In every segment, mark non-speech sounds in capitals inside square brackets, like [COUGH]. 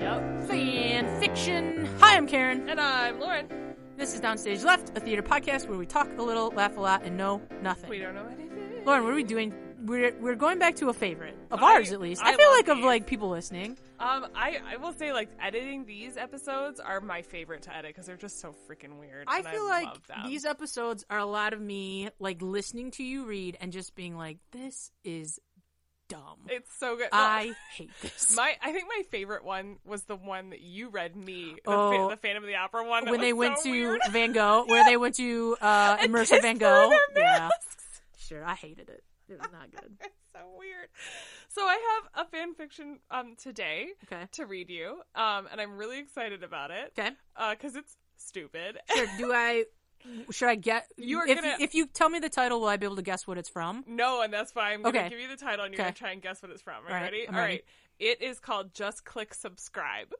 Yep. Fan fiction. Hi, I'm Karen. And I'm Lauren. This is Downstage Left, a theater podcast where we talk a little, laugh a lot, and know nothing. We don't know anything. Lauren, what are we doing? We're we're going back to a favorite of I- ours, at least. I, I feel love like of these. like people listening. Um, I, I will say like editing these episodes are my favorite to edit because they're just so freaking weird. I and feel I like love them. these episodes are a lot of me like listening to you read and just being like, "This is dumb. It's so good. Well, I hate [LAUGHS] this." my I think my favorite one was the one that you read me, the, Oh. fa- the Phantom of the Opera one. that when they was went so to weird. [LAUGHS] Van Gogh, where they went to uh, And immersive kissed Van through their Gogh. Yeah, masks. sure. I hated it. It was not good. It's so weird. So I have a fan fiction um today Okay. to read you, um, and I'm really excited about it Okay. because it's stupid. [LAUGHS] Sure. Do I? Should I get? You are if, gonna- if you tell me the title, will I be able to guess what it's from? No, and that's why I'm going to Okay. give you the title and you're going Okay. to try and guess what it's from. Are All right, you ready? I'm All ready. right. It is called Just Click Subscribe.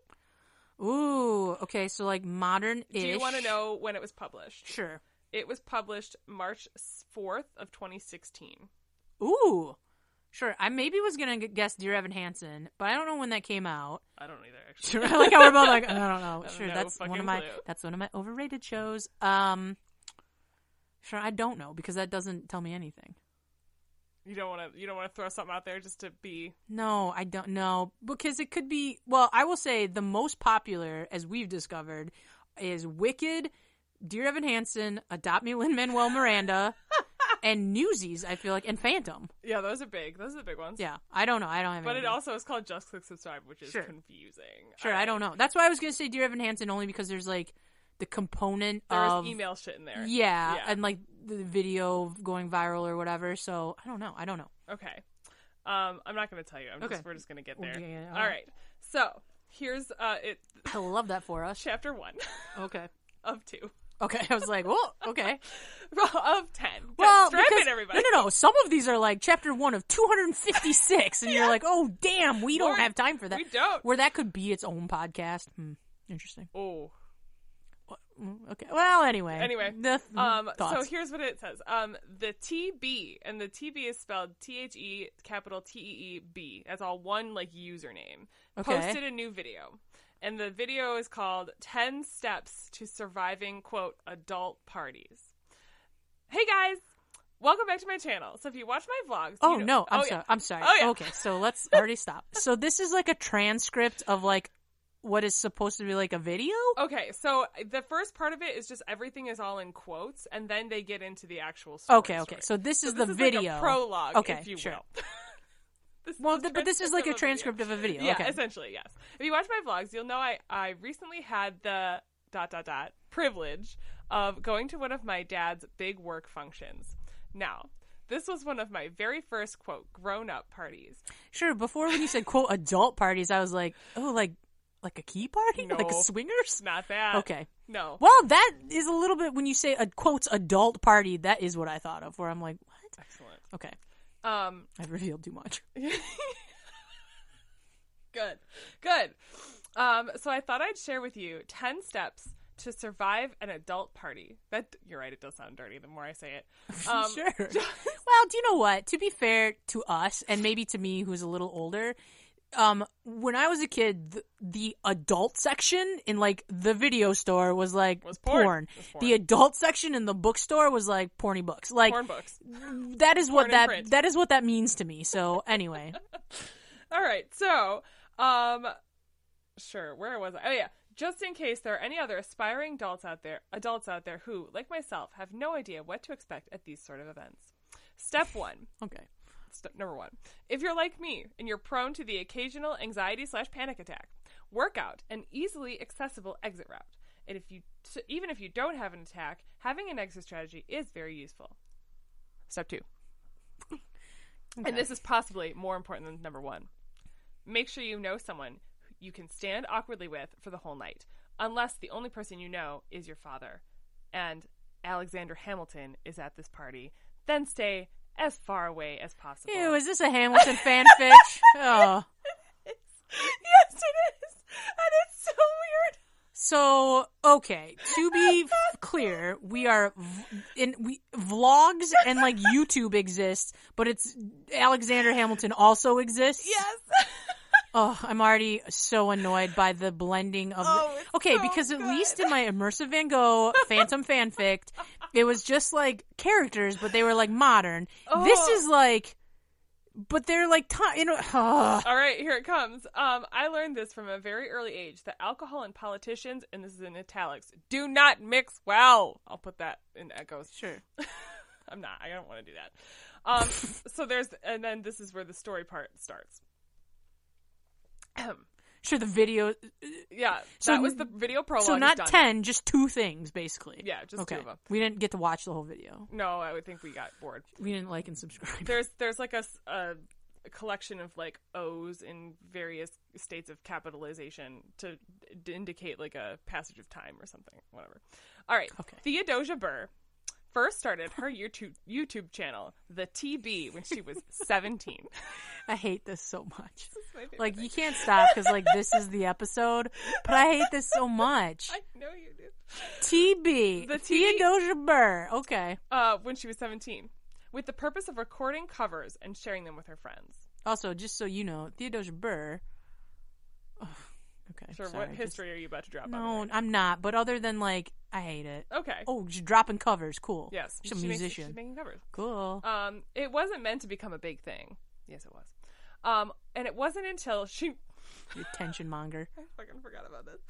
Ooh. Okay. So like modern. Do you want to know when it was published? Sure. It was published March 4th of 2016. Ooh. Sure. I maybe was gonna g- guess Dear Evan Hansen, but I don't know when that [LAUGHS] came out. [LAUGHS] I don't either actually. Sure. I like how we're both like, I don't know. [LAUGHS] I have Sure. no that's one fucking of my. clue. That's one of my overrated shows. Um. Sure. I don't know because that doesn't tell me anything. You don't want to you don't want to throw something out there just to be No, I don't know because it could be. Well, I will say the most popular, as we've discovered, is Wicked, Dear Evan Hansen, Adopt Me, Lin Manuel Miranda, [LAUGHS] and Newsies. I feel like and Phantom. Yeah, those are big. Those are the big ones. Yeah, I don't know. I don't have. But it anything. also is called Just Click Subscribe, which is Sure. confusing. sure. All I don't right. know. That's why I was gonna say Dear Evan Hansen only because there's like the component There of was email shit in there. um, Yeah, Yeah. and like the video going viral or whatever. So I don't know. I don't know. Okay. Um, I'm not going to tell you. I'm Okay. just, we're just going to get We'll there. get it. All right. So here's uh, it, I love that for us. chapter one [LAUGHS] Okay. of two. Okay. I was like, whoa. Okay. of 10. Well, strap because, in, everybody. No, no, no. Some of these are like chapter one of 256, and you're like, oh, damn, we don't Lord, have time for that. we don't. Where that could be its own podcast. Hmm. Interesting. Oh. Mm, Okay. Well, anyway. Anyway, The th- hmm, Um, so Mm-hmm. thoughts. here's what it says. Um, the TB, and the TB is spelled T H E capital T E E B. That's all one like username. Okay. Posted a new video, and the video is called "10 Steps to Surviving Quote Adult Parties." Hey guys, welcome back to my channel. So if you watch my vlogs, you Oh know- no! I'm oh, yeah. sorry. I'm sorry. Oh, yeah. Okay, so [LAUGHS] let's already stop. So this is like a transcript of like what is supposed to be like a video. Okay, so uh, the first part of it is just everything is all in quotes, and then they get into the actual story. Okay, okay. story. So this is So the this is like a video prologue, Okay, if you sure. will. [LAUGHS] This is Well, the th- but this is like a transcript of a video. Yeah, okay. essentially, yes. If you watch my vlogs, you'll know I, I recently had the dot dot dot privilege of going to one of my dad's big work functions. Now, this was one of my very first quote grown up parties. Sure. Before when you said quote adult parties, I was like, oh, like like a key party, like a No. swingers. [LAUGHS] It's not that. Okay. No. Well, that is a little bit when you say a quotes adult party. That is what I thought of. Where I'm like, what? Excellent. Okay, Um, I've revealed too much. [LAUGHS] Good. Good. Um, so I thought I'd share with you 10 steps to survive an adult party. That you're right, it does sound dirty the more I say it. Um, [LAUGHS] [LAUGHS] sure. well, do you know what? To be fair to us, and maybe to me, who's a little older, um, when I was a kid, the, the adult section in like the video store was like Was porn. Was porn. The adult section in the bookstore was like porny books. Like Porn books. that is Porn in what that print. that is what that means to me. So anyway, All right. So, um sure, where was I? Oh yeah. Just in case there are any other aspiring adults out there, adults out there who, like myself, have no idea what to expect at these sort of events. Step 1. okay. Step number one. If you're like me and you're prone to the occasional anxiety slash panic attack, work out an easily accessible exit route. And if you, so even if you don't have an attack, having an exit strategy is very useful. Step two. And this is possibly more important than number one. Make sure you know someone who you can stand awkwardly with for the whole night, unless the only person you know is your father. And Alexander Hamilton is at this party. Then stay as far away as possible. Ew, is this a Hamilton [LAUGHS] fanfic? oh, yes, it is. And it's so weird. So okay, to be f- clear, we are v- in we vlogs and like YouTube exists, but it's Alexander Hamilton also exists. [LAUGHS] Yes. Oh, I'm already so annoyed by the blending of. Oh, the- it's okay, so because at good. least in my immersive Van Gogh Phantom fanfic, it was just like characters, but they were like modern. This Oh. is like, but they're like ti you know. [SIGHS] ugh. All right, here it comes. Um, I learned this from a very early age that alcohol and politicians, and this is in italics, do not mix well. I'll put that in echoes. Sure. I'm not. I don't want to do that. [LAUGHS] Um, so there's, and then this is where the story part starts. Sure, the video. yeah, So that was n- the video prologue. so is not Oh, done. ten, just two things basically. Yeah, just okay. two of them. We didn't get to watch the whole video. No, I would think we got bored. We didn't like and subscribe. [LAUGHS] There's there's like a, s- a- a collection of like O's in various states of capitalization to d- indicate like a passage of time or something. Whatever. All right. Okay. Theodosia Burr first started her YouTube YouTube channel, the TB, when she [LAUGHS] was 17. I hate this so much. My favorite Like thing. you can't stop because like this is the episode, but I hate this so much. [LAUGHS] I know you do. TB. The TB Theodosia Burr. Okay. Uh, when she was 17, with the purpose of recording covers and sharing them with her friends. Also, just so you know, Theodosia Burr. Ugh, okay. Sure, sorry, what just- history are you about to drop on? no, I'm not. But other than like, I hate it. me? Okay. Oh, she's dropping covers. Cool. Yes. She's a she makes- musician. she's making covers. cool. Um, it wasn't meant to become a big thing. Yes, it was. Um, and it wasn't until she [LAUGHS] Your tension monger. I fucking forgot about this.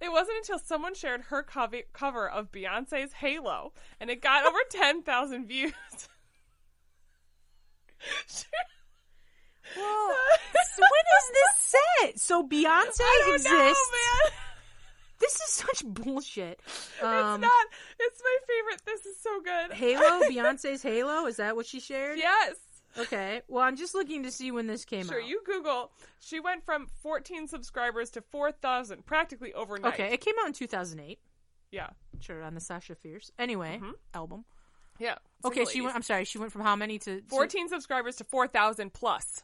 It wasn't until someone shared her cov- cover of Beyonce's Halo, and it got [LAUGHS] over ten thousand views. [LAUGHS] Whoa. This- when is this set? So Beyonce I don't exists. know, man. This is such bullshit. It's Um, not. It's my favorite. This is so good. Halo, Beyonce's Halo. Is that what she shared? yes. Okay. Well, I'm just looking to see when this came Sure, out. you Google. She went from 14 subscribers to 4,000 practically overnight. Okay, it came out in 2008. Yeah. Sure, on the Sasha Fierce. Anyway, Mm-hmm. album. Yeah. Single Okay, she ladies. went. I'm sorry, she went from how many to 14 subscribers to 4,000 plus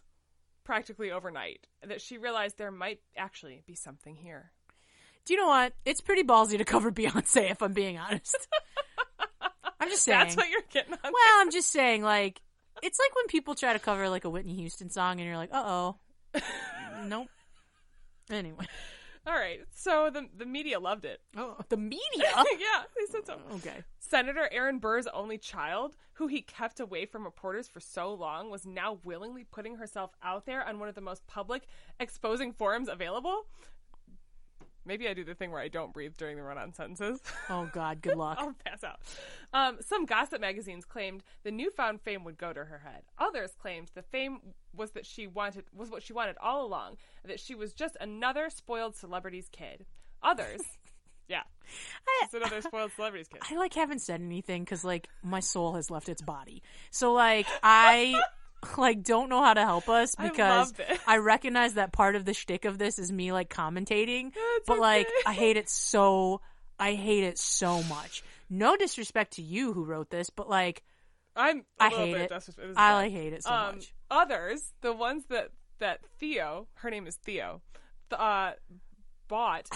practically overnight that she realized there might actually be something here. Do you know what? It's pretty ballsy to cover [LAUGHS] Beyonce. If I'm being [LAUGHS] honest, I'm just saying. That's what you're getting on. [LAUGHS] well, I'm just saying. Like, it's like when people try to cover like a Whitney Houston song, and you're like, uh oh, [LAUGHS] nope. Anyway, All right. So the the media loved it. [LAUGHS] oh, the media. yeah, they said so. okay. Senator Aaron Burr's only child, who he kept away from reporters for so long, was now willingly putting herself out there on one of the most public, exposing forums available. Maybe I do the thing where I don't breathe during the run-on sentences. [LAUGHS] Oh God. Good luck. I'll pass out. Um, some gossip magazines claimed the newfound fame would go to her head. Others claimed the fame was that she wanted was what she wanted all along, that she was just another spoiled celebrity's kid. [LAUGHS] Others, yeah, just another spoiled celebrity's kid. I like haven't said anything because like my soul has left its body. So like I [LAUGHS] like don't know how to help us I because loved it. [LAUGHS] I recognize that part of the shtick of this is me like commentating, It's but like okay. I hate it so I hate it so much. No disrespect to you who wrote this, but like I'm a I little hate bit it. desperate. This is I bad. like hate it so um, much. Others, the ones that that Theo, her name is Theo, th- uh, [LAUGHS] bought.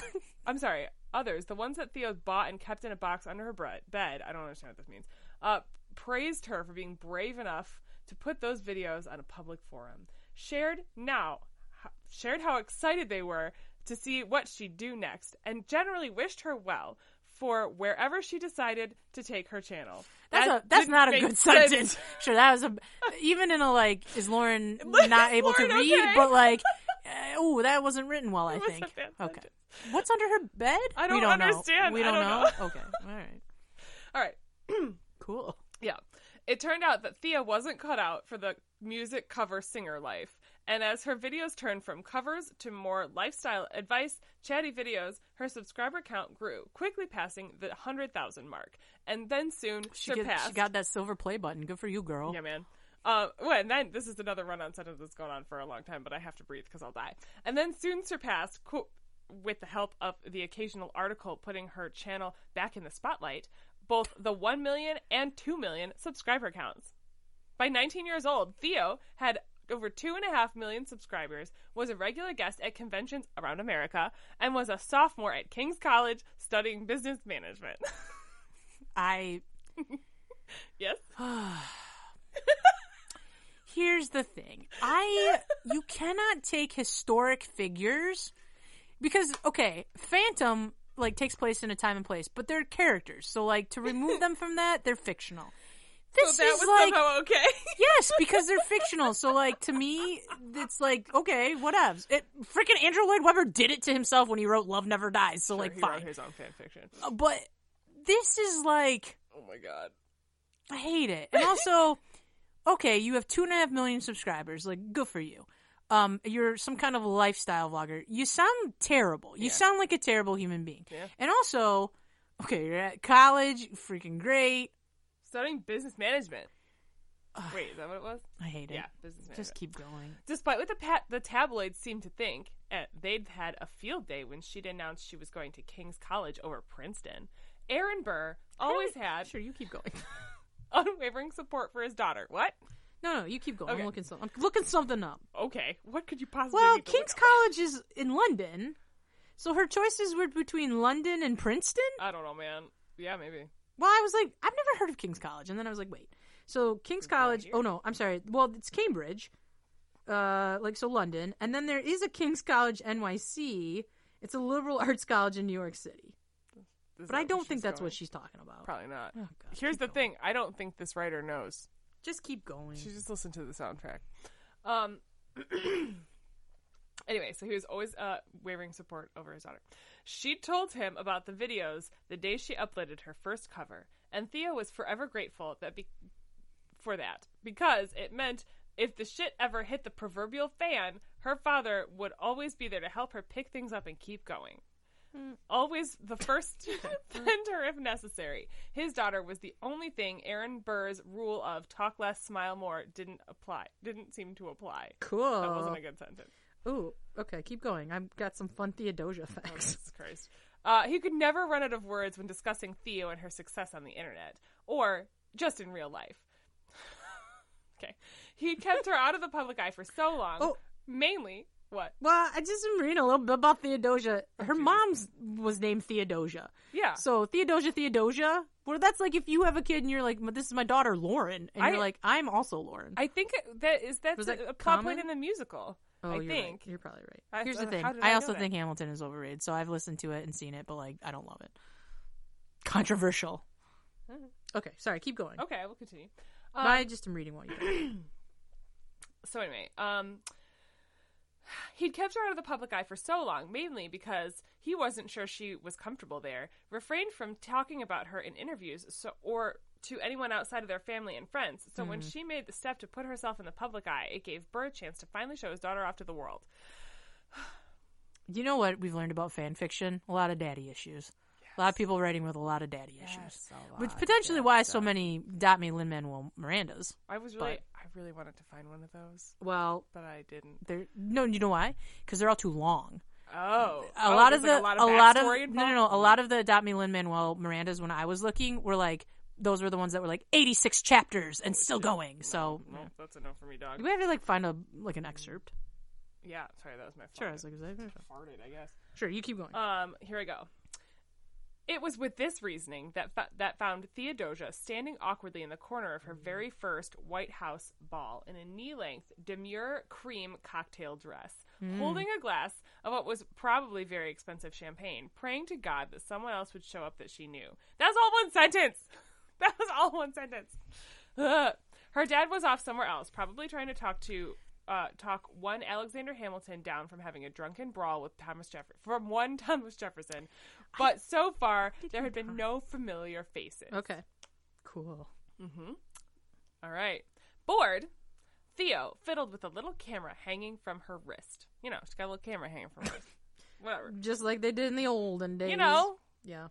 I'm sorry. Others, the ones that Theo bought and kept in a box under her bre- bed. I don't understand what this means. Uh, praised her for being brave enough to put those videos on a public forum. Shared now, h- shared how excited they were to see what she'd do next, and generally wished her well for wherever she decided to take her channel. That's That a that's didn't not a make good sense. [LAUGHS] sentence. Sure, that was a even in a like is Lauren Is not able to [LAUGHS] Lauren read, okay? but like eh, oh that wasn't written well. I was a think bad okay. sentence. What's under her bed? I we don't don't understand. Know. We I don't, don't know. okay, all right, All right. cool. Yeah. It turned out that Thea wasn't cut out for the music cover singer life. And as her videos turned from covers to more lifestyle advice, chatty videos, her subscriber count grew, quickly passing the 100,000 mark. And then soon She, get, surpassed. she got that silver play button. Good for you, girl. Yeah, man. Um, well, and then this is another run on sentence that's going on for a long time, but I have to breathe because I'll die. And then soon surpassed, co- with the help of the occasional article putting her channel back in the spotlight, both the 1 million and 2 million subscriber counts. By 19 years old, Theo had over two and a half million subscribers, was a regular guest at conventions around America, and was a sophomore at King's College studying business management. [LAUGHS] I yes? Oh, here's the thing. I you cannot take historic figures because okay, Phantom like takes place in a time and place, but they're characters. So like to remove them from that, they're fictional. This so that is was like somehow okay. yes, because they're fictional. So like to me, it's like okay, whatevs. It freaking Andrew Lloyd Webber did it to himself when he wrote Love Never Dies. So [LAUGHS] like He wrote fine, his own fan fiction. Uh, but this is like Oh my god. I hate it. And also, [LAUGHS] okay, you have two and a half million subscribers. Like, good for you. Um, you're some kind of lifestyle vlogger. You sound terrible. You Yeah. sound like a terrible human being. Yeah. And also, okay, you're at college, freaking great. Studying business management. Wait, is that what it was? I hate it. Yeah, business management. Just keep going. Despite what the, pa- the tabloids seemed to think, eh, they'd had a field day when she'd announced she was going to King's College over Princeton. Aaron Burr [LAUGHS] always had [LAUGHS] Sure, you keep going. [LAUGHS] unwavering support for his daughter. What? No, no, you keep going. Okay. I'm looking something. I'm looking something up. Okay, what could you possibly? Well, need to King's look up? College is in London, so her choices were between London and Princeton. I don't know, man. Yeah, maybe. Well, I was like, I've never heard of King's College, and then I was like, wait. So King's College. here? Oh no, I'm sorry. Well, it's Cambridge, uh, like so London, and then there is a King's College NYC. It's a liberal [LAUGHS] arts college in New York City, This is but I not don't where think she's that's going. what she's talking about. Probably not. Oh, God, Here's keep the going. thing: I don't think this writer knows. Just keep going. She just listened to the soundtrack. Um. [CLEARS THROAT] anyway, so he was always uh, wavering support over his daughter. She told him about the videos the day she uploaded her first cover, and Theo was forever grateful that be- for that because it meant if the shit ever hit the proverbial fan, her father would always be there to help her pick things up and keep going. Always [LAUGHS] the first [LAUGHS] to defend her if necessary. His daughter was the only thing Aaron Burr's rule of talk less, smile more didn't apply. Didn't seem to apply. That Cool. wasn't a good sentence. Ooh, okay, keep going. I've got some fun Theodosia facts. [LAUGHS] Jesus Christ. Uh, he could never run out of words when discussing Theo and her success on the internet, or just in real life. [LAUGHS] okay. He kept her out of the public eye for so long, Oh. mainly what? Well, I just am reading a little bit about Theodosia. Her mom's was named Theodosia. Yeah. So Theodosia, Theodosia, where that's like if you have a kid and you're like, "But this is my daughter Lauren, and I- you're like, I'm also Lauren. I think it- that is that's Was that a, a plot point common? in the musical. oh, I you're right. think. you're probably right. I- Here's the uh, thing: how did I I know also that? think Hamilton is overrated, so I've listened to it and seen it, but like I don't love it. Controversial. Okay, sorry. Keep going. [LAUGHS] Okay, I will continue. I just am reading what you. Did. so anyway, um, he'd kept her out of the public eye for so long, mainly because he wasn't sure she was comfortable there, refrained from talking about her in interviews so, or to anyone outside of their family and friends. So Mm-hmm. when she made the step to put herself in the public eye, it gave Burr a chance to finally show his daughter off to the world. You know what we've learned about fan fiction? A lot of daddy issues. A lot of people writing with a lot of daddy issues, which potentially why so many dot me Lin Manuel Mirandas. I was really, I really wanted to find one of those, Well, but I didn't. they're no, you know why? Because they're all too long. Oh, a Oh, lot of the there's, a like, lot a of, lot of, backstory no no no a lot of the adopt me Lin Manuel Mirandas when I was looking were like those were the ones that were like 86 chapters and still going. So No, that's enough for me, dog. we have to like find a like an excerpt. Yeah, sorry, that was my Sure, phone. I was like, Uh, is that- farted, I guess. sure, you keep going. Um, here I go. It was with this reasoning that fo- that found Theodosia standing awkwardly in the corner of her very first White House ball in a knee-length demure cream cocktail dress, holding a glass of what was probably very expensive champagne, praying to God that someone else would show up that she knew. That was all one sentence. [LAUGHS] That was all one sentence. Ugh. Her dad was off somewhere else, probably trying to talk to uh, talk one Alexander Hamilton down from having a drunken brawl with Thomas Jefferson from one [LAUGHS] Thomas Jefferson. But so far, there had been no familiar faces. Okay. Cool. All right. Bored, Theo fiddled with a little camera hanging from her wrist. You know, she's got a little camera hanging from her wrist. Whatever. Just like they did in the olden days. You know, Yeah.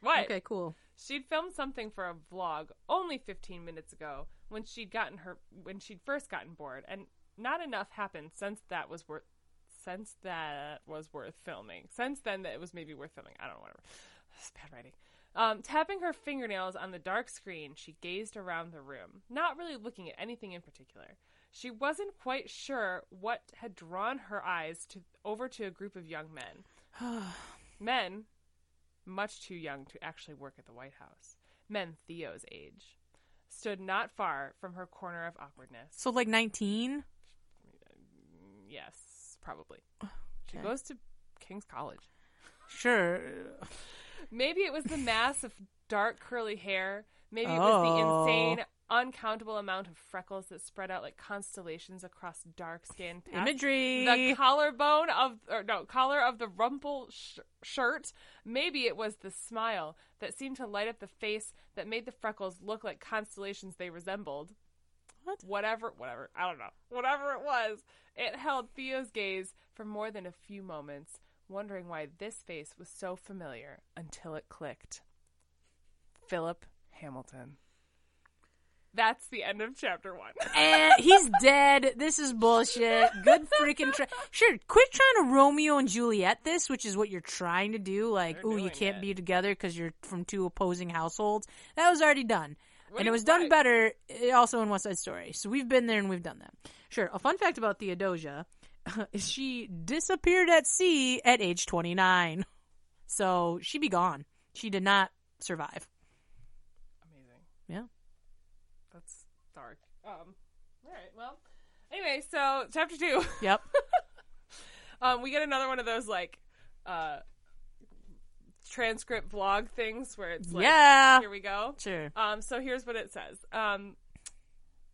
what? Okay, cool. She'd filmed something for a vlog only 15 minutes ago when she'd gotten her when she'd first gotten bored and not enough happened since that was worth since that was worth filming. Since then that it was maybe worth filming. I don't know whatever. [SIGHS] It's bad writing. Um, tapping her fingernails on the dark screen, she gazed around the room, not really looking at anything in particular. She wasn't quite sure what had drawn her eyes to, over to a group of young men. men, much too young to actually work at the White House, men Theo's age, stood not far from her corner of awkwardness. [SIGHS] So like 19? Yes, probably. She Okay. goes to King's College. Sure. Maybe it was the mass of dark curly hair. Maybe it was the Oh. insane, uncountable amount of freckles that spread out like constellations across dark skin. patch. Imagery. The collarbone of, or no, collar of the rumple sh- shirt. Maybe it was the smile that seemed to light up the face that made the freckles look like constellations they resembled. What? Whatever, whatever. I don't know. Whatever it was, it held Theo's gaze for more than a few moments, wondering why this face was so familiar until it clicked. Philip Hamilton. That's the end of chapter one. [LAUGHS] Eh, he's dead. This is bullshit. Good freaking. Tra- sure, quit trying to Romeo and Juliet this, which is what you're trying to do. Like, They're ooh, you doing can't it. be together because you're from two opposing households. That was already done. What do and you it was done like? better eh, also in West Side Story. So we've been there and we've done that. Sure, a fun fact about Theodosia [LAUGHS] is she disappeared at sea at age 29. So she be gone. She did not survive. Amazing. Yeah. That's dark. Um, all right. Well, anyway, so chapter two, [LAUGHS] Yep. um, we get another one of those like uh, transcript vlog things where it's like, yeah. here we go. Sure. Um, so here's what it says. Um,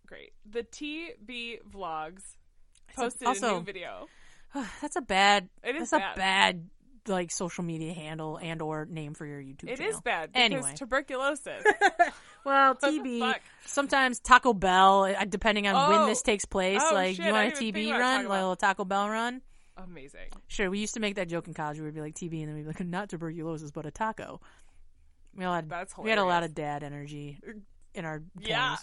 great. The TB vlogs posted a Also- new video. That's a bad. It is that's bad. a bad like social media handle and or name for your YouTube. It channel. is bad because Anyway, tuberculosis. [LAUGHS] well, the TB. fuck? Sometimes Taco Bell, uh, depending on when Oh. this takes place. Oh, like, shit, you I want a didn't even TB think about run, Taco Bell. little Taco Bell run? Amazing. Sure, we used to make that joke in college. where We'd be like TB, and then we'd be like, not tuberculosis, but a taco. We all had That's we had a lot of dad energy in our Yeah. [LAUGHS] towns.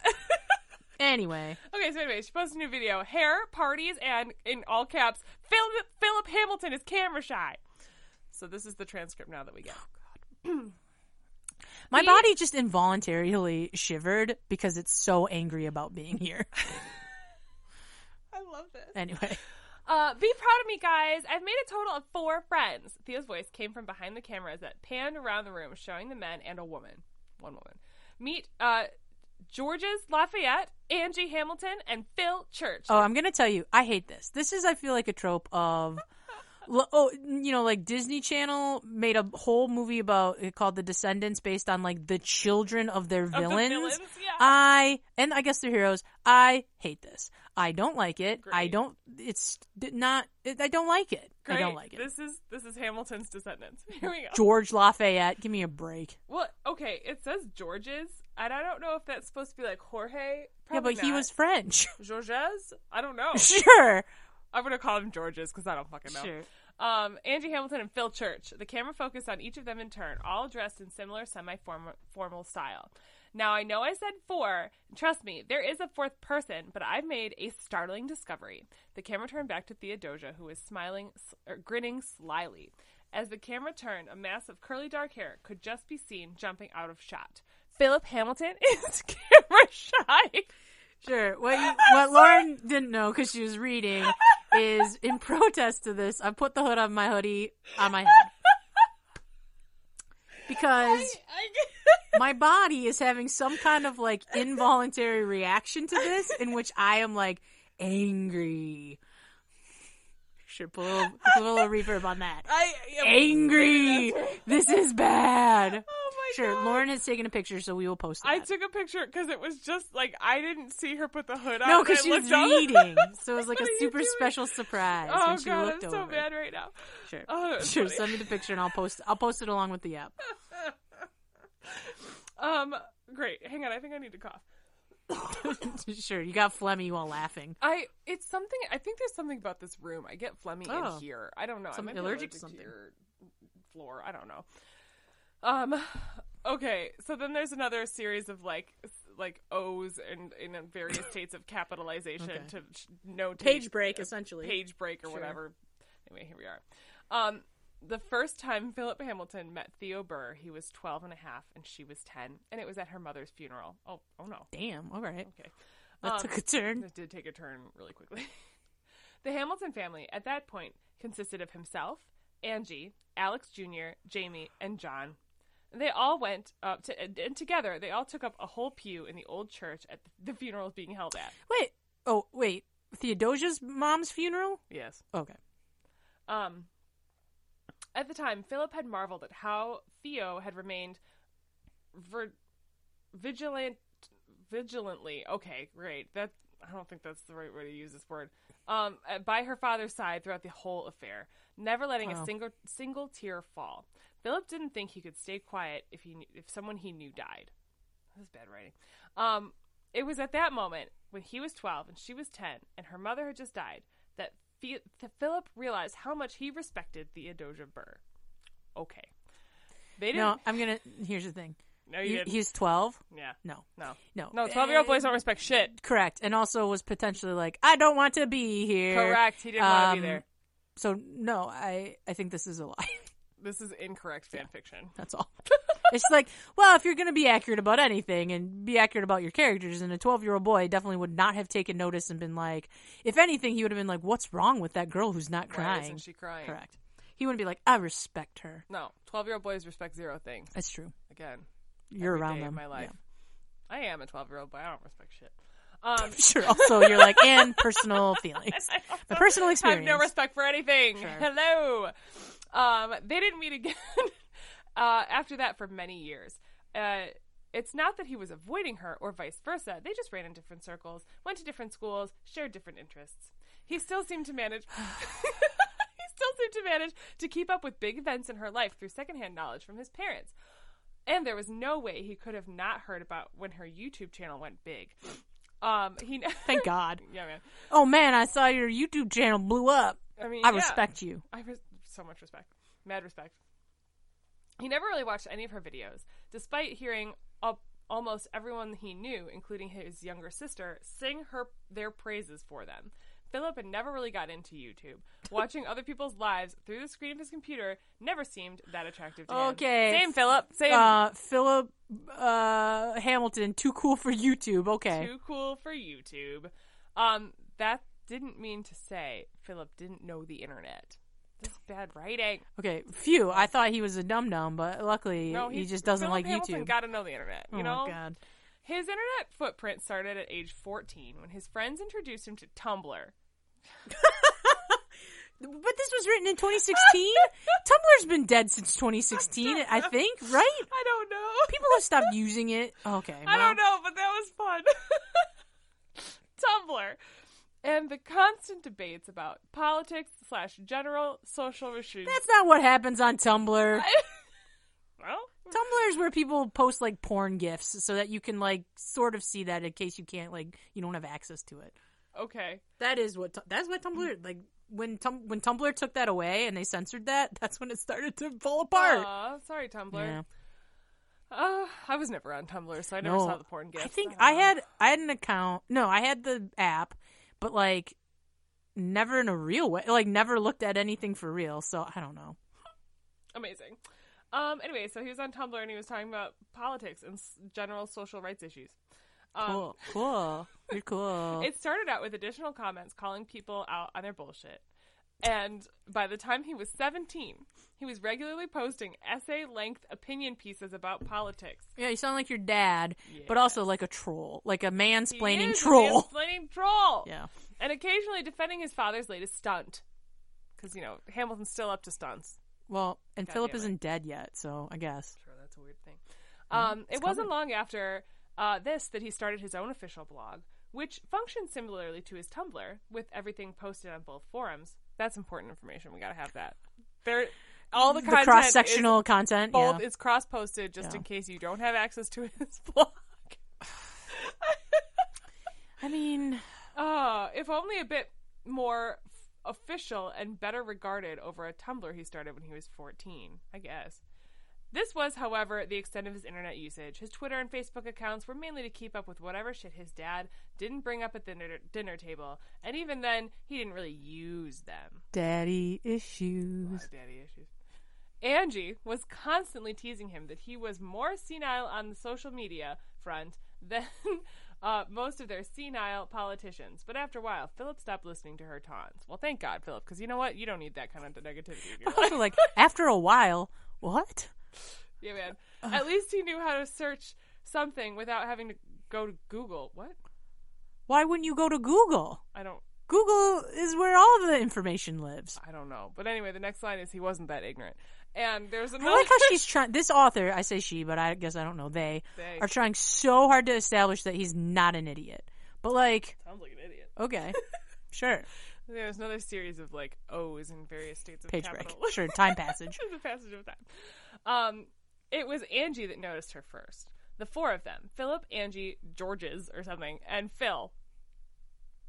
Anyway, Okay, so anyway, she posted a new video. Hair, parties, and in all caps, Philip, Philip Hamilton is camera shy. So this is the transcript now that we get. my We- body just involuntarily shivered because it's so angry about being here. [LAUGHS] I love this. anyway, Uh, be proud of me, guys. I've made a total of four friends. Theo's voice came from behind the cameras that panned around the room, showing the men and a woman. One woman. Meet uh, Georges Lafayette, Angie Hamilton, and Phil Church. Oh, I'm gonna tell you, I hate this. This is, I feel like, a trope of, [LAUGHS] l- oh, you know, like Disney Channel made a whole movie about it called The Descendants, based on like the children of their Of the villains. Yeah. I and I guess they're heroes. I hate this. I don't like it. I Great. don't. It's d- not. It, I don't like it. I don't Great. like it. This is this is Hamilton's descendants. [LAUGHS] Here we go. George Lafayette, give me a break. Well, okay, it says Georges, and I don't know if that's supposed to be like Jorge. yeah, but he [LAUGHS] was French. [LAUGHS] Georges. I don't know. sure. I'm gonna call him Georges because I don't fucking know. Um, Angie Hamilton and Phil Church. The camera focused on each of them in turn, all dressed in similar semi-formal style. Now I know I said four. and Trust me, there is a fourth person, but I've made a startling discovery. The camera turned back to Theodosia, who was smiling, s- or grinning slyly. As the camera turned, a mass of curly dark hair could just be seen jumping out of shot. Philip Hamilton [LAUGHS] is camera shy. Sure. What [LAUGHS] you, what Lauren didn't know because she was reading [LAUGHS] is in protest to this, I put the hood on my hoodie on my head because my body is having some kind of like involuntary reaction to this, in which I am like angry. Sure, put a little, put a little reverb on that. I Angry. This is bad. Oh my Sure, God. Lauren has taken a picture, so we will post. That. I took a picture because it was just like I didn't see her put the hood on. No, and because I she was looked up. [LAUGHS] reading, so it was like What a are you super doing? special surprise Oh when she god, looked I'm over. so mad right now. Sure, Oh, that's sure. funny. Send me the picture, and I'll post. I'll post it along with [LAUGHS] the app. [LAUGHS] Um, great. Hang on, I think I need to cough. sure, you got phlegmy while laughing. I it's something. I think there's something about this room. I get phlegmy Oh. in here. I don't know. Something I might be allergic to something. your floor. I don't know. Um. Okay, so then there's another series of like s- like O's and in [COUGHS] various states of capitalization Okay. to sh- notate break, essentially. page break or Sure. whatever. Anyway, here we are. Um, The first time Philip Hamilton met Theo Burr, he was 12 and a half and she was 10, and it was at her mother's funeral. Oh, oh no. Damn. All right. Okay. That Um, took a turn. It did take a turn really quickly. [LAUGHS] the Hamilton family at that point consisted of himself, Angie, Alex Jr., Jamie, and John. They all went up to, and and together they all took up a whole pew in the old church at the funeral was being held at. Wait. Oh, wait. Theodosia's mom's funeral? Yes. Okay. Um, at the time, Philip had marveled at how Theo had remained vir- vigilant, vigilantly. Okay, great. That I don't think that's the right way to use this word. Um, uh, by her father's side throughout the whole affair, never letting Oh. a single single tear fall. Philip didn't think he could stay quiet if he knew, if someone he knew died. This is bad writing. Um, it was at that moment when he was 12 and she was 10 and her mother had just died that Phi th- Philip realized how much he respected Theodosia Burr. Okay. They didn't. No, I'm gonna. Here's the thing. no you He- didn't. he's 12. yeah. No, No. no, No, 12 year old Uh, boys don't respect shit. Correct, and also was potentially like, I don't want to be here. Correct. He didn't want to Um, be there. So no, I I think this is a lie. This is incorrect fan fiction. That's all. [LAUGHS] it's like, well, if you're going to be accurate about anything and be accurate about your characters, and a 12 year old boy definitely would not have taken notice and been like, if anything, he would have been like, what's wrong with that girl who's not Why crying? isn't she crying? Correct. He wouldn't be like, I respect her. No. 12 year old boys respect zero things. That's true. Again, You're every around day of them. my life. Yeah. I am a 12 year old boy. I don't respect shit. Um, Sure. Also, you're like, and [LAUGHS] personal feelings. My personal experience. Have no [LAUGHS] respect for anything. Sure. Hello. Um, they didn't meet again [LAUGHS] uh, after that for many years. Uh, it's not that he was avoiding her or vice versa. They just ran in different circles, went to different schools, shared different interests. He still seemed to [SIGHS] manage. [LAUGHS] he still seemed to manage to keep up with big events in her life through secondhand knowledge from his parents. And there was no way he could have not heard about when her YouTube channel went big. Um, he [LAUGHS] Thank God. yeah man. Oh, man, I saw your YouTube channel blew up. I mean, I yeah. respect you. I res- so much respect, mad respect. He never really watched any of her videos, despite hearing up almost everyone he knew, including his younger sister, sing her their praises for them. Philip had never really got into YouTube. Watching other people's lives through the screen of his computer never seemed that attractive to him. Okay. same Philip, same. Uh, Philip uh, Hamilton, too cool for YouTube. Okay. Too cool for YouTube. Um, that didn't mean to say Philip didn't know the internet. This is bad writing. Okay, phew. I thought he was a dum dum, but luckily No, he, just doesn't Philip like Hamilton YouTube. Got to know the internet, you oh know. my god. His internet footprint started at age 14 when his friends introduced him to Tumblr. But this was written [LAUGHS] in 2016. Tumblr's been dead since 2016, I think, right? I don't know. [LAUGHS] People have stopped using it. Okay. I well, don't know, but that was fun. [LAUGHS] Tumblr. And the constant debates about politics slash general social issues. That's not what happens on Tumblr. well, Tumblr is where people post like porn gifs so that you can like sort of see that in case you can't like you don't have access to it. okay. That is what Tu- that's what Tumblr like when Tum- when Tumblr took that away and they censored that, that's when it started to fall apart. Aw, sorry, Tumblr. Yeah. Uh, I was never on Tumblr, so I never No, saw the porn gifts. I think don't I know. had I had an account. No, I had the app, but like never in a real way. Like never looked at anything for real. So I don't know. Amazing. Um, anyway, so he was on Tumblr and he was talking about politics and s- general social rights issues. Um, Cool, cool. You're cool. [LAUGHS] It started out with additional comments calling people out on their bullshit. And by the time he was 17, he was regularly posting essay length opinion pieces about politics. yeah, you sound like your dad, but Yeah. also like a troll, like a He mansplaining is a [LAUGHS] troll. Mansplaining troll. [LAUGHS] Yeah. And occasionally defending his father's latest stunt. Because, you know, Hamilton's still up to stunts. Well, and God Philip damn it. isn't dead yet, so I guess. Sure, that's a weird thing. Mm-hmm. Um, it wasn't long after uh, this that he started his own official blog, which functioned similarly to his Tumblr, with everything posted on both forums. That's important information. We got to have that. There, all the, the content cross sectional content. is both yeah. is cross posted, just Yeah. in case you don't have access to [LAUGHS] his blog. I mean, Uh, if only a bit more f- official and better regarded over a Tumblr he started when he was 14, I guess. This was, however, the extent of his internet usage. His Twitter and Facebook accounts were mainly to keep up with whatever shit his dad didn't bring up at the dinner, dinner table, and even then, he didn't really use them. daddy issues. [LAUGHS] Daddy issues. Angie was constantly teasing him that he was more senile on the social media front than [LAUGHS] uh, most of their senile politicians. But after a while, Philip stopped listening to her taunts. Well, thank God, Philip, because you know what? You don't need that kind of negativity. in your life. Also, like after a while, what? yeah, [LAUGHS] man. At least he knew how to search something without having to go to Google. What? Why wouldn't you go to Google? I don't. Google is where all the information lives. I don't know. But anyway, the next line is he wasn't that ignorant. And there's another. I like how [LAUGHS] she's trying. This author, I say she, but I guess I don't know. They, They. are trying so hard to establish that he's not an idiot. But like, Sounds like an idiot. [LAUGHS] okay, sure, There's another series of like O's in various states of page break, capital. sure, [LAUGHS] time passage. the passage of time. Um, it was Angie that noticed her first. The four of them: Philip, Angie, Georges, or something, and Phil.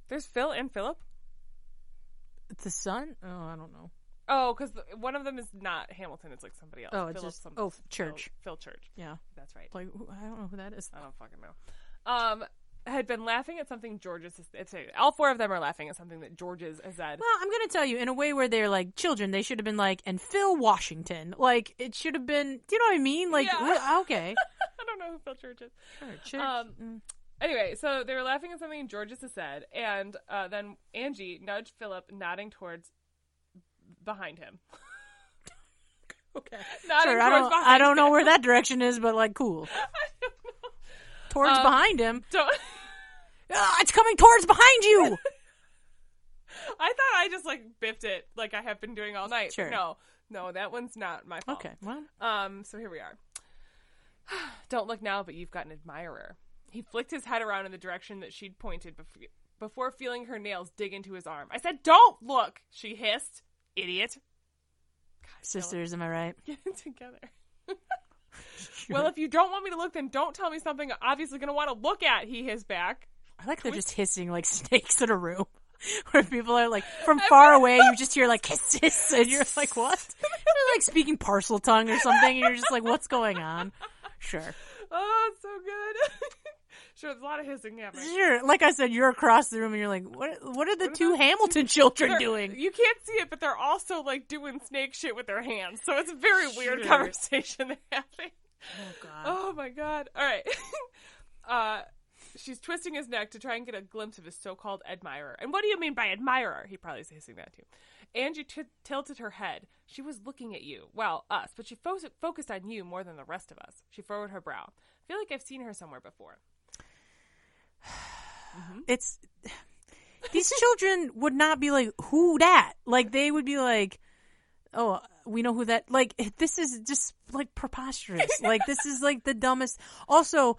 There's Phil and Philip. [LAUGHS] The sun? Oh, I don't know. Oh, because one of them is not Hamilton. It's like somebody else. Oh, it's Philip just- some- oh, Church. Phil, Phil Church. Yeah, That's right. like who- I don't know who that is. I don't fucking know. Um, had been laughing at something Georges. has- It's all four of them are laughing at something that Georges has said. Well, I'm gonna tell you in a way where they're like children. They should have been like and Phil Washington. Like it should have been. Do you know what I mean? Like Yeah. wh- [LAUGHS] okay, I don't know who Phil Church is. sure, church. Um, Mm. Anyway, so they were laughing at something Georges has said, and uh, then Angie nudged Philip, nodding towards behind him. okay. Nodding Sure, I towards don't. behind I don't know him. where that direction is, but like [LAUGHS] cool. Towards Um, behind him. Don't- [LAUGHS] Ah, it's coming towards behind [LAUGHS] you. I thought I just like biffed it, like I have been doing all night. Sure. No, no, that one's not my fault. okay. Well, Um, so here we are. [SIGHS] Don't look now, but you've got an admirer. He flicked his head around in the direction that she'd pointed bef- before feeling her nails dig into his arm. I said, "Don't look," she hissed. Idiot. sisters, am I right? Get it [LAUGHS] [LAUGHS] together. Well, if you don't want me to look, then don't tell me something I'm obviously going to want to look at. He hissed back. I like they're just hissing like [LAUGHS] snakes in a room. [LAUGHS] Where people are like from far away, you just hear [LAUGHS] like hiss, hiss, and you're like, what? They're like speaking parcel tongue or something, and you're just like, what's going on? Sure, Oh, it's so good. [LAUGHS] sure, there's a lot of hissing happening. sure. Like I said, you're across the room, and you're like, what? What are the are two those Hamilton children They're- doing? You can't see it, but they're also like doing snake shit with their hands. So it's a very weird Sure. conversation they're having. Oh God. Oh my god. All right. [LAUGHS] uh she's twisting his neck to try and get a glimpse of his so-called admirer. And what do you mean by admirer? He probably is hissing that too. Angie t- tilted her head. She was looking at you. Well, us, but she fo- focused on you more than the rest of us. She furrowed her brow. I feel like I've seen her somewhere before. It's these children would not be like, who that? Like they would be like, oh, we know who that. Like this is just like preposterous. like this is like the dumbest. Also,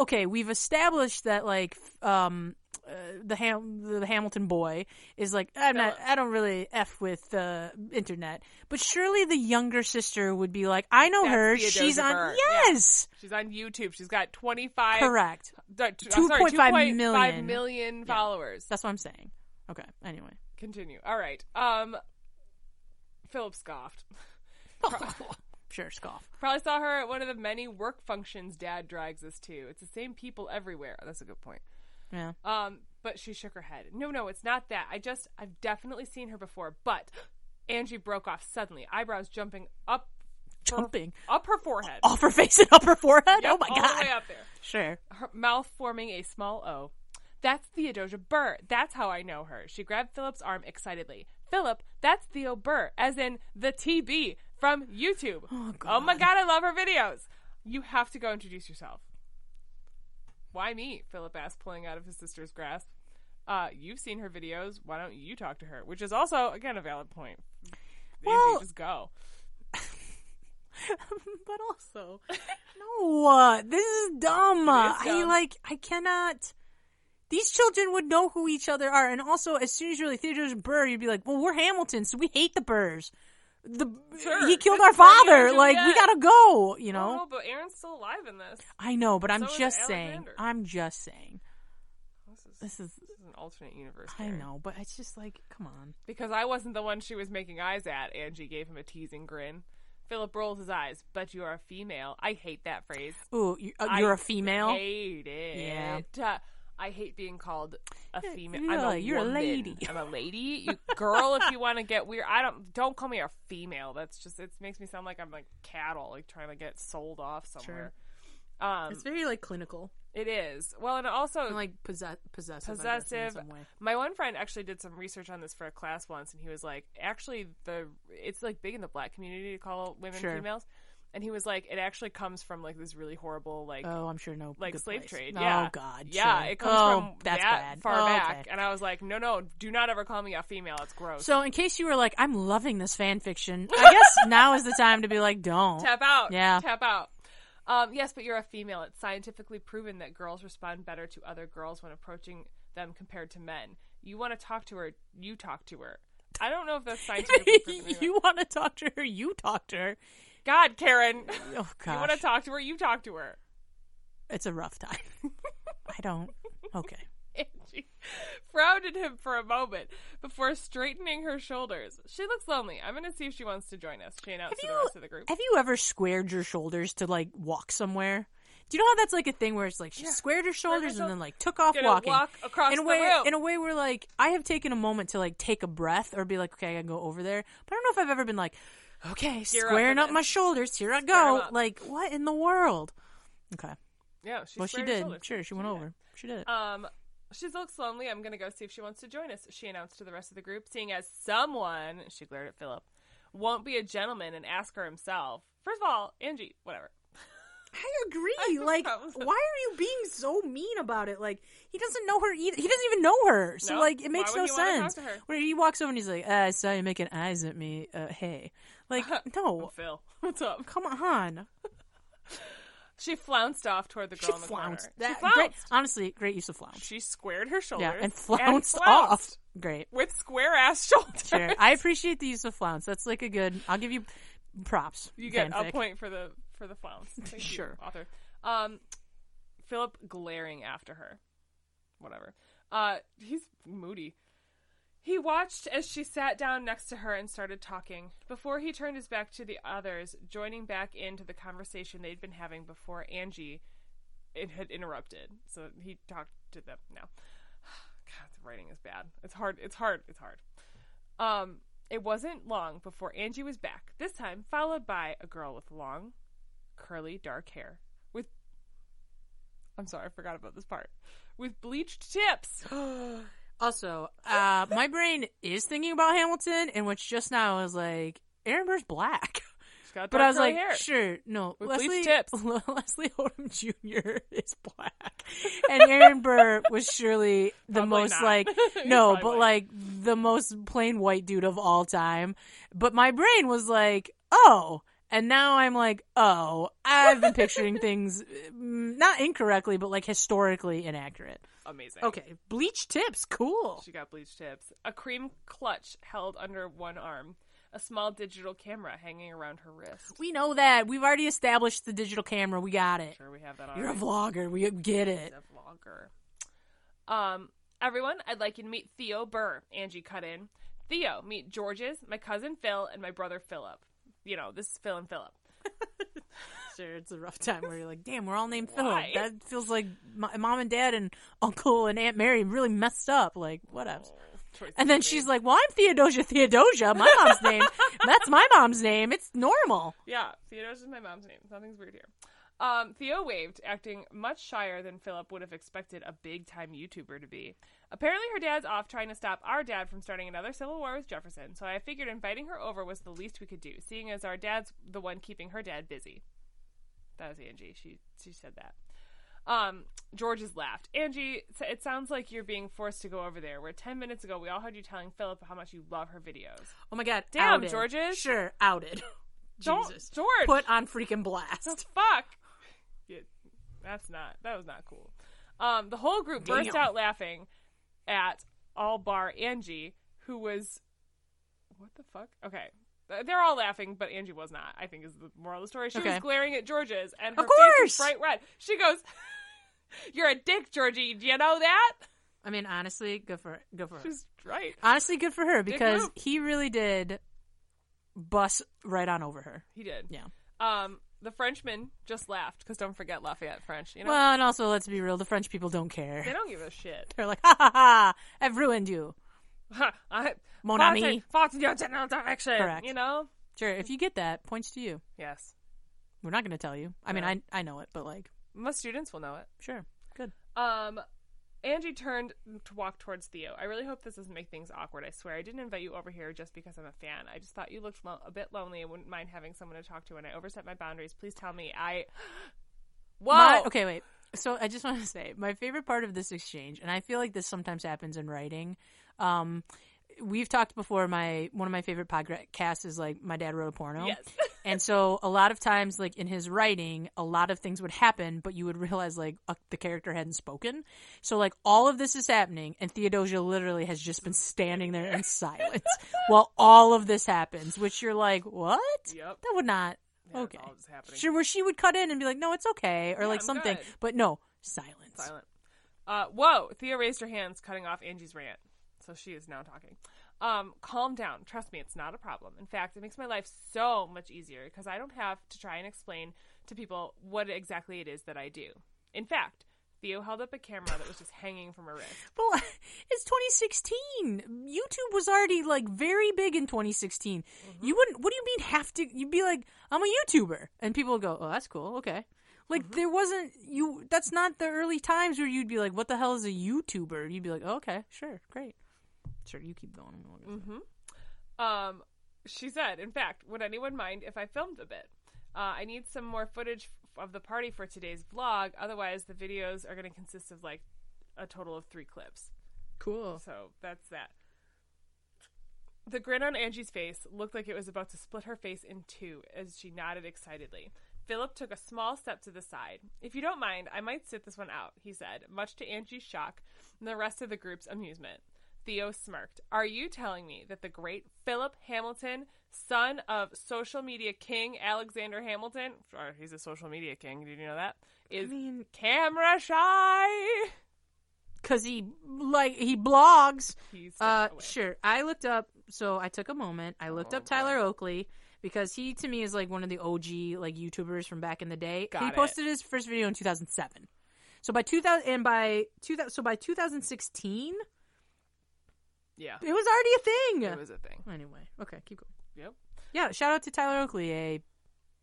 okay, we've established that like f- um uh, the Ham the Hamilton boy is like I'm not I don't really f with the internet, but surely the younger sister would be like I know That's her. Theodosia She's on Burr. Yeah. yes, She's on YouTube. She's got 25 correct. uh, t- I'm sorry, 2.5 2.5 million. million followers. That's what I'm saying. Okay, anyway. Continue. All right. Um Philip scoffed. [LAUGHS] Sure, scoff. Probably saw her at one of the many work functions dad drags us to. It's the same people everywhere. Oh, That's a good point. Yeah. Um, but she shook her head. No, no, it's not that. I just, I've definitely seen her before. But Angie broke off suddenly, eyebrows jumping up, her- Jumping. up her forehead. [LAUGHS] off her face and up her forehead. oh Yep, my all god! the way up there. [LAUGHS] Sure. Her mouth forming a small O. That's Theodosia Burr. That's how I know her. She grabbed Philip's arm excitedly. Philip, that's Theo Burr, as in the TB from YouTube. Oh, Oh my god, I love her videos. You have to go introduce yourself. Why me? Philip asked, pulling out of his sister's grasp. Uh, you've seen her videos. Why don't you talk to her? Which is also, again, a valid point. Well- Angie, just go. but also, [LAUGHS] no, uh, this is dumb. I dumb. like. I cannot. These children would know who each other are, and also, as soon as you're like Theodore's Burr, you'd be like, "Well, we're Hamilton, so we hate the Burrs. The Sure, he killed this our is what we father. usually Like, we get." gotta go. You Oh, know. no, but Aaron's still alive in this. I know, but I'm So is just saying. Alexander. I'm just saying. This is, This is. this is an alternate universe. I Karen. know, but it's just like, come on. Because I wasn't the one she was making eyes at, Angie gave him a teasing grin. Philip rolls his eyes. But you are a female. I hate that phrase. Ooh, you, uh, I you're a female. Hate it. Yeah. Uh, I hate being called a female. you're I'm a a- you're a woman. lady. [LAUGHS] I'm a lady. You girl, if you want to get weird, I don't. Don't call me a female. That's just it makes me sound like I'm like cattle, like trying to get sold off somewhere. Um, It's very like clinical, it is well, and also [LAUGHS] and, like possess- possessive, I guess, in possessive. some way. My one friend actually did some research on this for a class once, and he was like, actually, the it's like big in the black community to call women Sure. females, and he was like, it actually comes from like this really horrible like. Oh, I'm sure no like good slave place. trade, Oh yeah. God, yeah, sure. it comes oh, from that's that bad. far Oh, back, okay. and I was like, no, no, do not ever call me a female. It's gross. So, in case you were like, I'm loving this [LAUGHS] fan fiction, I guess now is the time to be like, don't. [LAUGHS] tap out. Yeah. Tap out. Um, yes, but you're a female. It's scientifically proven that girls respond better to other girls when approaching them compared to men. You want to talk to her, you talk to her. I don't know if [LAUGHS] that's scientifically proven. or not. you want to talk to her? You talk to her. God, Karen. [LAUGHS] Oh You want to gosh, talk to her, you talk to her. [LAUGHS] it's a rough time. I don't. Okay. Angie frowned at him for a moment before straightening her shoulders. She looks lonely. I'm going to see if she wants to join us. She announced to the you- rest of the group. Have you ever squared your shoulders to like walk somewhere? Do you know how that's like a thing where it's like she squared her shoulders myself- and then like took off Gonna walking walk across in a the way room. in a way where like I have taken a moment to like take a breath or be like okay I gotta go over there but I don't know if I've ever been like okay Gear up squaring and up, then my shoulders here I 'em go up. like what in the world okay Yeah, she well she squared her did shoulders. sure she went did. over she did it Um, she looks lonely. I'm going to go see if she wants to join us, she announced to the rest of the group, seeing as someone, she glared at Philip, won't be a gentleman and ask her himself. First of all, Angie, whatever. I agree like that was- why are you being so mean about it like he doesn't know her either he doesn't even know her so No, like why it makes would no he wanna talk sense to her? where he walks over and he's like uh, I saw you making eyes at me uh, hey [LAUGHS] like no Phil, what's up? come on She flounced off toward the girl she in the flounced corner. that she flounced. great honestly great use of flounce She squared her shoulders. Yeah, and flounce off. flounced Great. With square ass [LAUGHS] shoulders. Sure. I appreciate the use of flounce. That's like a good. I'll give you props. You get fanfic. a point for the for the flounce. Thank you, Sure. author. Um, Philip glaring after her. Whatever. Uh, he's moody. He watched as she sat down next to her and started talking. Before he turned his back to the others, joining back into the conversation they'd been having before Angie it had interrupted. So he talked to them now. [SIGHS] God, the writing is bad. It's hard. It's hard. It's hard. Um, it wasn't long before Angie was back. This time, followed by a girl with long, curly, dark hair with. I'm sorry, I forgot about this part. With bleached tips. [GASPS] Also, uh, my brain is thinking about Hamilton, and which just now I was like, Aaron Burr's black. She's got dark But I was curly like, hair. sure, no. With bleached Leslie, tips. [LAUGHS] Leslie Odom Jr. is black, and Aaron Burr was surely the Probably most not. like [LAUGHS] He's no, probably but white. like the most plain white dude of all time. But my brain was like, oh, and now I'm like, oh, I've been picturing things mm, not incorrectly, but like historically inaccurate. amazing. Okay, bleach tips, cool. She got bleached tips. A cream clutch held under one arm. A small digital camera hanging around her wrist. We know that we've already established the digital camera. We got it. Sure, we have that on. You're a vlogger. We get it. a vlogger. Um, everyone, I'd like you to meet Theo Burr. Angie cut in. Theo, meet Georges, my cousin Phil, and my brother Philip. You know, this is Phil and Philip. Sure, it's a rough time where you're like, damn, we're all named Why? Philip. That feels like my, mom and dad and uncle and Aunt Mary really messed up. Like, whatevs. Oh, Choices Oh. And then made. she's like, well, I'm Theodosia Theodosia. My [LAUGHS] mom's name. That's my mom's name. It's normal. "Yeah, Theodosia's my mom's name. Something's weird here." Um, Theo waved, acting much shyer than Philip would have expected a big-time YouTuber to be. Apparently, her dad's off trying to stop our dad from starting another civil war with Jefferson, so I figured inviting her over was the least we could do, seeing as our dad's the one keeping her dad busy. That was Angie. She she said that. Um, George has laughed. Angie, so it sounds like you're being forced to go over there. Where ten minutes ago we all heard you telling Philip how much you love her videos. Oh my God. Damn, outed. Georges. Sure, outed. Jesus. Don't, George, Put on freaking blast. the fuck? Yeah, that's not. That was not cool. Um, the whole group burst Damn. out laughing at all bar Angie, who was what the fuck? Okay, Th- they're all laughing, but Angie was not. I think is the moral of the story. She Okay. was glaring at George's, and her Of face was course! bright red. She goes, [LAUGHS] "You're a dick, Georgie. Do you know that?" [LAUGHS] I mean, honestly, good for good for her. She's right. Honestly, good for her because move. he really did bust right on over her. He did. Yeah. Um, The Frenchman just laughed because don't forget Lafayette French. You know, Well, and also let's be real, the French people don't care. they don't give a shit. [LAUGHS] They're like, ha ha ha, I've ruined you. I- Mon Fox- ami. Fox, your general direction. Correct. You know. Sure, if you get that, points to you. Yes. We're not going to tell you. I mean, No. I I know it, but like, Most students will know it. sure, good. Um, Angie turned to walk towards Theo. I really hope this doesn't make things awkward. I swear I didn't invite you over here just because I'm a fan. I just thought you looked lo- a bit lonely and wouldn't mind having someone to talk to. And I overstepped my boundaries. Please tell me. I. [GASPS] Whoa. My- okay, wait. So I just [LAUGHS] want to say my favorite part of this exchange, and I feel like this sometimes happens in writing. Um, we've talked before. My one of my favorite podcasts is like my dad wrote a porno. Yes. [LAUGHS] And so a lot of times, like in his writing, a lot of things would happen, but you would realize like uh, the character hadn't spoken. So like all of this is happening, and Theodosia literally has just been standing there [LAUGHS] in silence while all of this happens, which you're like, what? yep. That would not. Yeah, it's okay. all just happening. Sure, where she would cut in and be like, no, it's okay, or Yeah, like I'm something, good. but no, silence. Silent. Uh, whoa. Thea raised her hands, cutting off Angie's rant. So she is now talking. Um, calm down. Trust me, it's not a problem. In fact, it makes my life so much easier because I don't have to try and explain to people what exactly it is that I do. In fact, Theo held up a camera that was just hanging from her wrist. Well, [LAUGHS] it's 2016. YouTube was already like very big in 2016. You wouldn't. What do you mean have to? You'd be like, I'm a YouTuber, and people would go, Oh, that's cool. Okay. Like there wasn't you. That's not the early times where you'd be like, What the hell is a YouTuber? You'd be like, oh, Okay, sure, great. Sure, you keep going. Um, she said, in fact, would anyone mind if I filmed a bit? Uh, I need some more footage f- of the party for today's vlog. Otherwise, the videos are going to consist of like a total of three clips. Cool. So that's that. The grin on Angie's face looked like it was about to split her face in two as she nodded excitedly. Philip took a small step to the side. If you don't mind, I might sit this one out, he said, much to Angie's shock and the rest of the group's amusement. Theo smirked. Are you telling me that the great Philip Hamilton, son of social media king Alexander Hamilton, or he's a social media king, did you know that? I Is mean, camera shy? because he like he blogs. He's Uh, sure. I looked up. So I took a moment. I looked Oh, up Tyler Oakley because he to me is like one of the OG like YouTubers from back in the day. Got he it. posted his first video in 2007. So by 2000 and by 2000 so by 2016 Yeah, it was already a thing. it was a thing. anyway, okay, keep going. Yep. Yeah, shout out to Tyler Oakley, a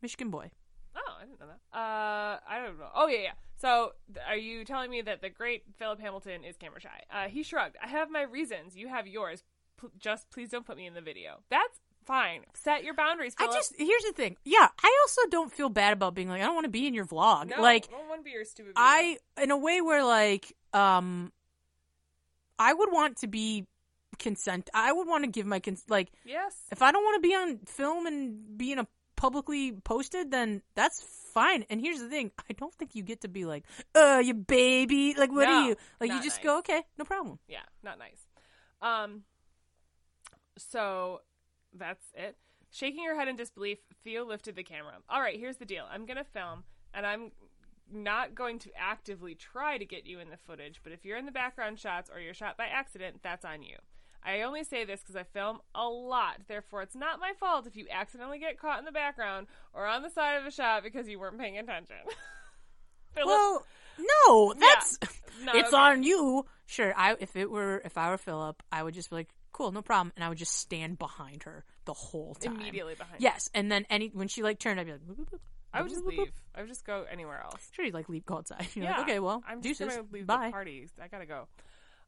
Michigan boy. Oh, I didn't know that. Uh, I don't know. Oh yeah, yeah. So, th- are you telling me that the great Philip Hamilton is camera shy? Uh, he shrugged. I have my reasons. You have yours. P- just please don't put me in the video. That's fine. Set your boundaries. Philip. I just here's the thing. Yeah, I also don't feel bad about being like I don't want to be in your vlog. no, like don't want to be your stupid. Video. I in a way where like um I would want to be consent I would want to give my cons- like yes. if I don't want to be on film and being a publicly posted then that's fine and here's the thing I don't think you get to be like uh you baby like what No, are you like you not just nice. go okay no problem Yeah, not nice. Um. So that's it. Shaking her head in disbelief, Theo lifted the camera. All right, here's the deal. I'm going to film, and I'm not going to actively try to get you in the footage, but if you're in the background shots or you're shot by accident, that's on you. I only say this because I film a lot, therefore, it's not my fault if you accidentally get caught in the background or on the side of a shot because you weren't paying attention. [LAUGHS] Philip, well no Yeah. that's not it's okay. on you sure I if it were if I were Philip I would just be like cool no problem and I would just stand behind her the whole time immediately behind. Yes, and then any when she like turned, I'd be like, boop, boop, boop. I would just boop, boop, boop. leave. I would just go anywhere else. Sure, you like leap go outside. [LAUGHS] You're Yeah, like, okay, well, I'm Oh, deuces, just gonna leave the bye. party. I gotta go.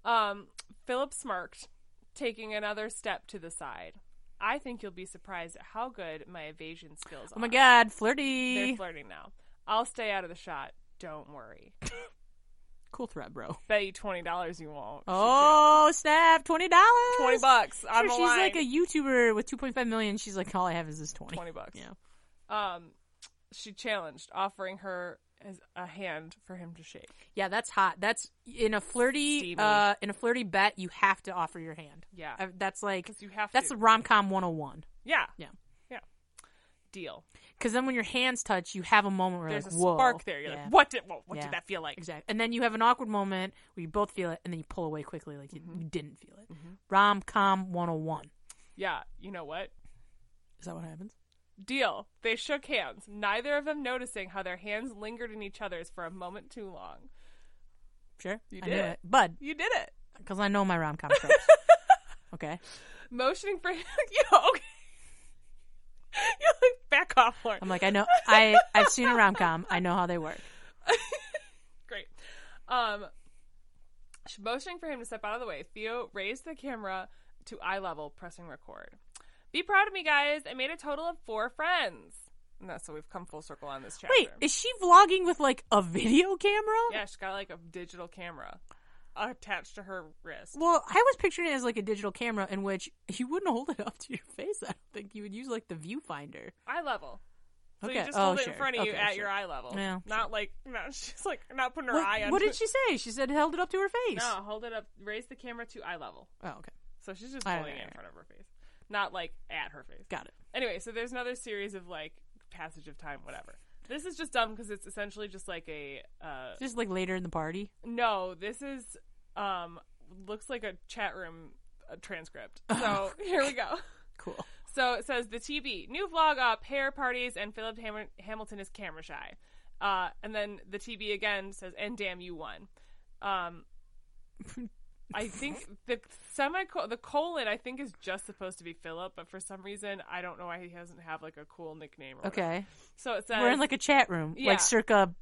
Um, Philip smirked, taking another step to the side. I think you'll be surprised at how good my evasion skills are. Oh my god, they're flirty, flirting now. I'll stay out of the shot. Don't worry. cool threat, bro. Bet you twenty dollars you won't. Oh snap, twenty dollars, Twenty bucks on Sure, the she's line. like a YouTuber with 2.5 million. She's like, all I have is this twenty. twenty bucks. Yeah. Um, she challenged, offering her his- a hand for him to shake. Yeah, that's hot. That's in a flirty, Steamy. uh, in a flirty bet, you have to offer your hand. Yeah, Uh, That's like because you have that's oh to. rom com 101. yeah, Yeah. yeah. Deal. Because then when your hands touch, you have a moment where There's like, a whoa, spark there. You're Yeah. like, what did whoa, what Yeah. did that feel like? Exactly. And then you have an awkward moment where you both feel it and then you pull away quickly like you, Mm-hmm. you didn't feel it. Rom com 101. Yeah, you know what? Is that what happens? Deal. They shook hands, neither of them noticing how their hands lingered in each other's for a moment too long. Sure. You I did knew it. it. Bud, You did it. because I know my [LAUGHS] rom com tropes. okay. Motioning for [LAUGHS] him. yeah, okay. You're like, back off, Lauren. I'm like, I know, I, I've seen a rom com. I know how they work. Great. Um, sh- motioning for him to step out of the way, Theo raised the camera to eye level, pressing record. Be proud of me, guys. I made a total of four friends. And that's so we've come full circle on this chapter. Wait, is she vlogging with like a video camera? yeah, she's got like a digital camera attached to her wrist. Well, I was picturing it as like a digital camera in which you wouldn't hold it up to your face. I don't think you would use like the viewfinder. Eye level. So you Okay. just Oh, hold it sure. in front of you Okay, at sure. your eye level. Yeah. Not [LAUGHS] like no, she's like not putting her eye What, on what did she say? She said held it up to her face. No, hold it up raise the camera to eye level. Oh, okay. So she's just All right, holding it all in right. front of her face. Not like at her face. Got it. Anyway, so there's another series of like passage of time, whatever. This is just dumb because it's essentially just like a uh, Just like later in the party. no. This is um looks like a chat room uh, transcript. [LAUGHS] Oh, So here we go. Cool. So it says the TB new vlog up hair parties and Philip Ham- Hamilton is camera shy, uh, and then the TB again says and damn you won. [LAUGHS] Um, I think the semi the colon I think is just supposed to be Philip, but for some reason I don't know why he doesn't have like a cool nickname. Or whatever. Okay. so it says We're in like a chat room, yeah. like circa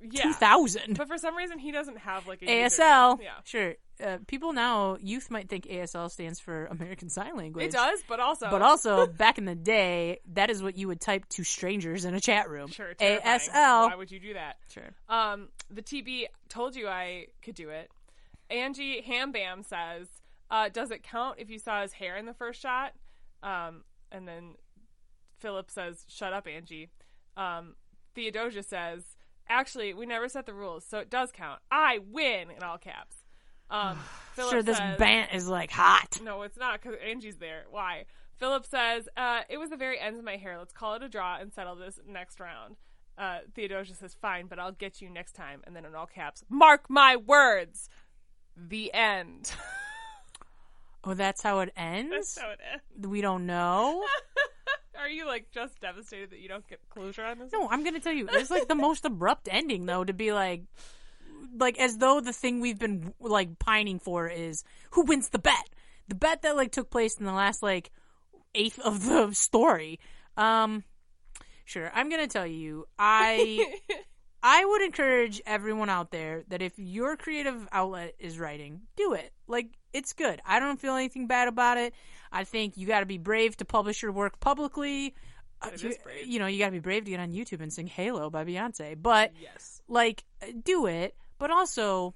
yeah, 2000. but for some reason he doesn't have like a ASL. username. Yeah, Sure. Uh, people now, youth might think ASL stands for American Sign Language. it does, but also But also, back in the day, that is what you would type to strangers in a chat room. sure terrifying. Why ASL. would you do that? Sure. Um, the TB told you I could do it. Angie Hambam says, uh, "Does it count if you saw his hair in the first shot?" Um, and then Philip says, "Shut up, Angie." Um, Theodosia says, "Actually, we never set the rules, so it does count. I win!" In all caps. [SIGHS] Um, Philip sure, this says, band is like hot. no, it's not because Angie's there. Why? Philip says, uh, it was the very ends of my hair. Let's call it a draw and settle this next round. Uh, Theodosia says, fine, but I'll get you next time. And then in all caps, mark my words. The end. Oh, [LAUGHS] that's how it ends? That's how it ends. we don't know. Are you like just devastated that you don't get closure on this? [LAUGHS] No, I'm gonna tell you, it's like the most abrupt ending though to be like, like as though the thing we've been like pining for is who wins the bet, the bet that like took place in the last like eighth of the story. Um, sure, I'm gonna tell you, I. I would encourage everyone out there that if your creative outlet is writing, do it. Like, it's good. I don't feel anything bad about it. I think you got to be brave to publish your work publicly. Uh, It you, is brave. you know, you got to be brave to get on YouTube and sing Halo by Beyonce. But, Yes. like, do it. But also,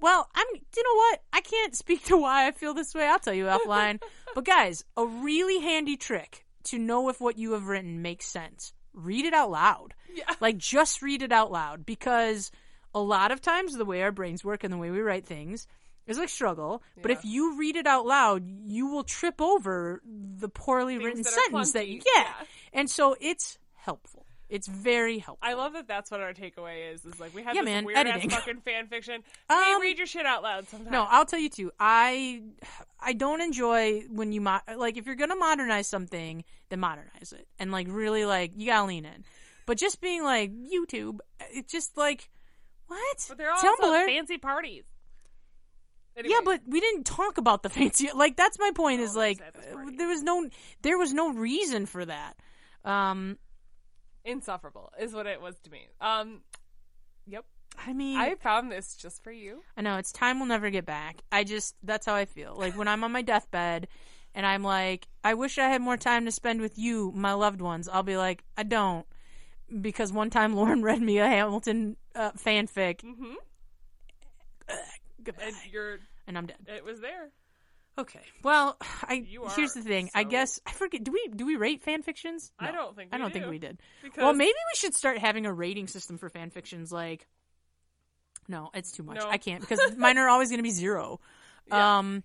well, I'm. do You know what? I can't speak to why I feel this way. I'll tell you offline. but guys, a really handy trick to know if what you have written makes sense: read it out loud. Yeah. Like, just read it out loud because a lot of times the way our brains work and the way we write things is like struggle. But Yeah. if you read it out loud, you will trip over the poorly written that are sentence that you clunky. yeah. Yeah. And so it's helpful. It's very helpful. I love that that's what our takeaway is. Is like we have Yeah, this man, weird ass editing. [LAUGHS] fucking fan fiction. hey, Um, read your shit out loud sometimes. No, I'll tell you too. I I don't enjoy when you mo- like if you're gonna modernize something, then modernize it and like really like you gotta lean in. But just being like YouTube, it's just like what but they're all Tumblr. fancy parties. yeah, Anyway. but we didn't talk about the [LAUGHS] fancy. Like that's my point. Is Oh, that's like at this uh, party. there was no there was no reason for that. Um, insufferable is what it was to me. Um, yep. I mean, I found this just for you. I know it's time we'll never get back. I just that's how I feel. Like when I'm on my deathbed and I'm like, I wish I had more time to spend with you, my loved ones. I'll be like, I don't. Because one time Lauren [LAUGHS] read me a Hamilton uh, fanfic Mm-hmm. Goodbye. And you're, and I'm dead. it was there. Okay. Well, [SIGHS] I You are here's the thing. I so- guess I forget do we do we rate fanfictions? I don't think I we don't do. think we did. Because Well, maybe we should start having a rating system for fanfictions like No, it's too much. No. I can't because mine are always going to be 0. [LAUGHS] Yeah. Um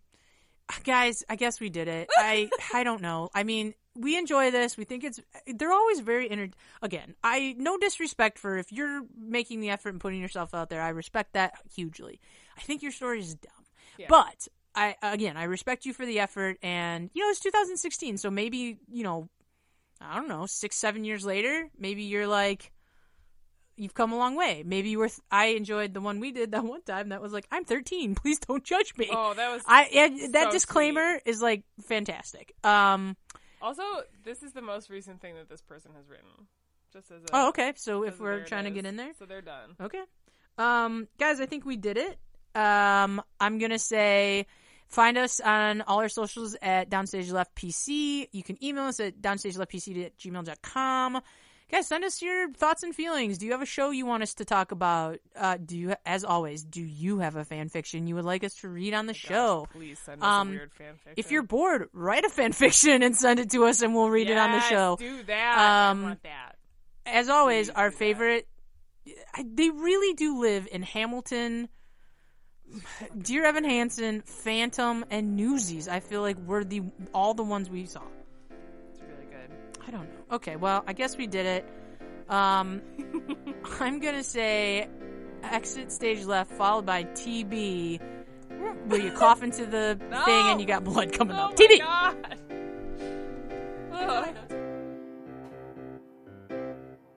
guys, I guess we did it. I I don't know. I mean, we enjoy this. We think it's they're always very inter- again, I no disrespect for if you're making the effort and putting yourself out there. I respect that hugely. I think your story is dumb. Yeah. But I again, I respect you for the effort and you know, it's 2016, so maybe, you know, I don't know, six, seven years later, maybe you're like, you've come a long way. Maybe you were, th- I enjoyed the one we did that one time that was like, I'm 13, [LAUGHS] please don't judge me. Oh, that was. I and that so disclaimer is like fantastic. Um. also, this is the most recent thing that this person has written. Just as a, Oh, okay. So as if a we're there it trying to get is. in there, so they're done. okay. Um, guys, I think we did it. Um, I'm gonna say, find us on all our socials at Downstage Left PC. You can email us at downstageleftpc at gmail.com. Guys, send us your thoughts and feelings. Do you have a show you want us to talk about? Uh, do you, as always, do you have a fan fiction you would like us to read on the show? Gosh, please send us Um, a weird fanfic. If you're bored, write a fan [LAUGHS] fiction and send it to us, and we'll read it on the show. do that. Um, I want that. As always, Please our do that. favorite. I, they really do live in Hamilton, [SIGHS] Dear Evan Hansen, Phantom, and Newsies. I feel like we're the all the ones we saw. It's really good. I don't know. Okay, well, I guess we did it. Um, [LAUGHS] I'm gonna say exit stage left, followed by TB, where you cough into the [LAUGHS] No! thing and you got blood coming [LAUGHS] Oh up. TB. my god. Ugh.